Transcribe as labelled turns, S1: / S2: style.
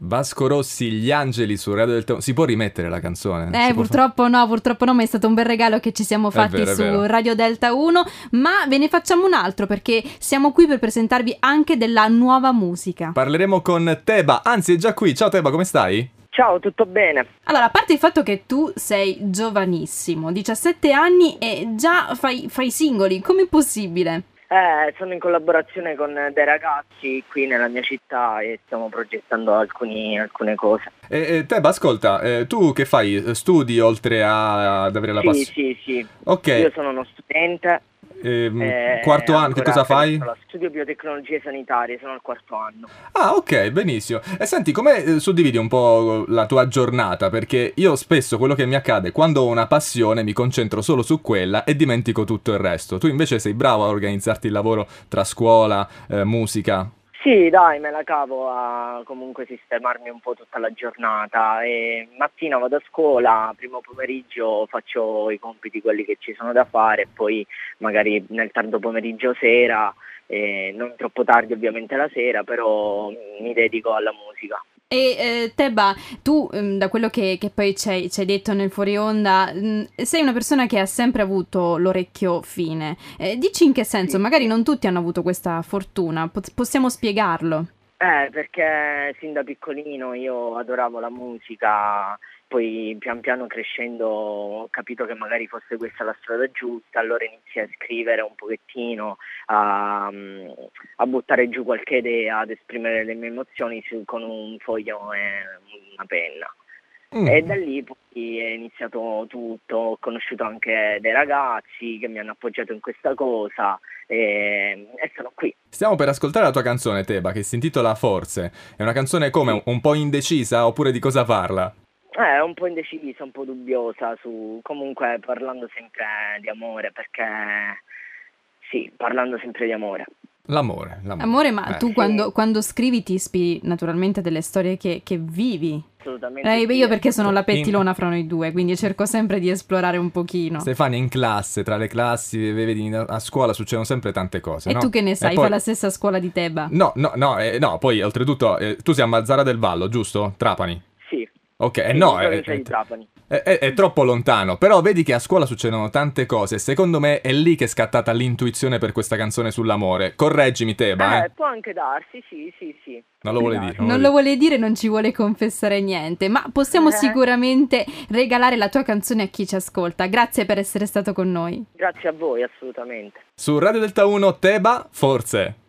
S1: Vasco Rossi, Gli Angeli sul Radio del Tempo. Si può rimettere la canzone?
S2: Eh,
S1: Si può fa-
S2: purtroppo no, purtroppo no, ma è stato un bel regalo che ci siamo fatti
S1: vero, è
S2: su
S1: vero.
S2: Radio Delta 1, ma ve ne facciamo un altro perché siamo qui per presentarvi anche della nuova musica.
S1: Parleremo con Teba, anzi è già qui. Ciao Teba, come stai?
S3: Ciao, tutto bene?
S2: Allora, a parte il fatto che tu sei giovanissimo, 17 anni e già fai, fai singoli, com'è possibile?
S3: Eh, sono in collaborazione con dei ragazzi qui nella mia città e stiamo progettando alcuni- alcune cose.
S1: Eh, eh, Teba, ascolta, eh, tu che fai? Eh, Studi oltre a- ad avere la
S3: sì,
S1: passione?
S3: sì, sì.
S1: Ok,
S3: Io sono uno studente.
S1: ehm,
S3: eh,
S1: quarto anno, che
S3: ancora
S1: cosa fai?
S3: finisco la- Studio biotecnologie sanitarie, sono al quarto anno.
S1: Ah, ok, benissimo. E senti, come eh, suddividi un po' la tua giornata? Perché io spesso quello che mi accade, quando ho una passione, mi concentro solo su quella e dimentico tutto il resto. Tu invece sei bravo a organizzarti il lavoro tra scuola, eh, musica.
S3: Sì, dai, me la cavo a comunque sistemarmi un po' tutta la giornata. E mattina vado a scuola, primo pomeriggio faccio i compiti quelli che ci sono da fare, e poi magari nel tardo pomeriggio sera, eh, non troppo tardi ovviamente la sera, però mi dedico alla musica.
S2: E eh, Teba, tu ehm, da quello che, che poi ci hai, ci hai detto nel fuori onda, mh, sei una persona che ha sempre avuto l'orecchio fine. Eh, dici in che senso?
S3: Sì.
S2: Magari non tutti hanno avuto questa fortuna, po- possiamo spiegarlo.
S3: Eh, perché sin da piccolino io adoravo la musica, poi pian piano crescendo ho capito che magari fosse questa la strada giusta, allora iniziai a scrivere un pochettino, a, a buttare giù qualche idea, ad esprimere le mie emozioni su- con un foglio e una penna.
S1: Mm.
S3: E da lì poi è iniziato tutto, ho conosciuto anche dei ragazzi che mi hanno appoggiato in questa cosa e- e sono qui.
S1: Stiamo per ascoltare la tua canzone, Teba, che si intitola Forse. È una canzone come un po' indecisa oppure di cosa parla?
S3: Eh, è un po' indecisa, un po' dubbiosa su, comunque parlando sempre di amore, perché sì, parlando sempre di amore.
S1: L'amore, l'amore.
S2: Amore, ma
S1: Eh.
S2: tu quando, quando scrivi ti ispiri naturalmente delle storie che, che vivi.
S3: Assolutamente.
S2: Eh,
S3: sì,
S2: io
S3: è
S2: perché sono la
S1: In-
S2: pettilona fra noi due, quindi cerco sempre di esplorare un pochino.
S1: Stefania in classe, tra le classi, vedi, a scuola succedono sempre tante cose,
S2: e
S1: no?
S2: tu che ne sai?
S1: poi-
S2: Fai la stessa scuola di Teba.
S1: No, no, no, eh, no, poi oltretutto eh, tu sei a Mazzara del Vallo, giusto? Trapani.
S3: Sì,
S1: Ok, eh,
S3: sì,
S1: no,
S3: in
S1: è,
S3: provincia di Trapani.
S1: è- è- è troppo lontano, però vedi che a scuola succedono tante cose e secondo me è lì che è scattata l'intuizione per questa canzone sull'amore. Correggimi Teba, eh.
S3: Eh, può anche darsi, sì, sì, sì.
S1: Non lo vuole
S3: Esatto.
S1: dire.
S2: Non lo vuole dire, non ci vuole confessare niente, ma possiamo
S3: Eh.
S2: sicuramente regalare la tua canzone a chi ci ascolta. Grazie per essere stato con noi.
S3: Grazie a voi, assolutamente.
S1: Su Radio Delta 1 Teba, forse.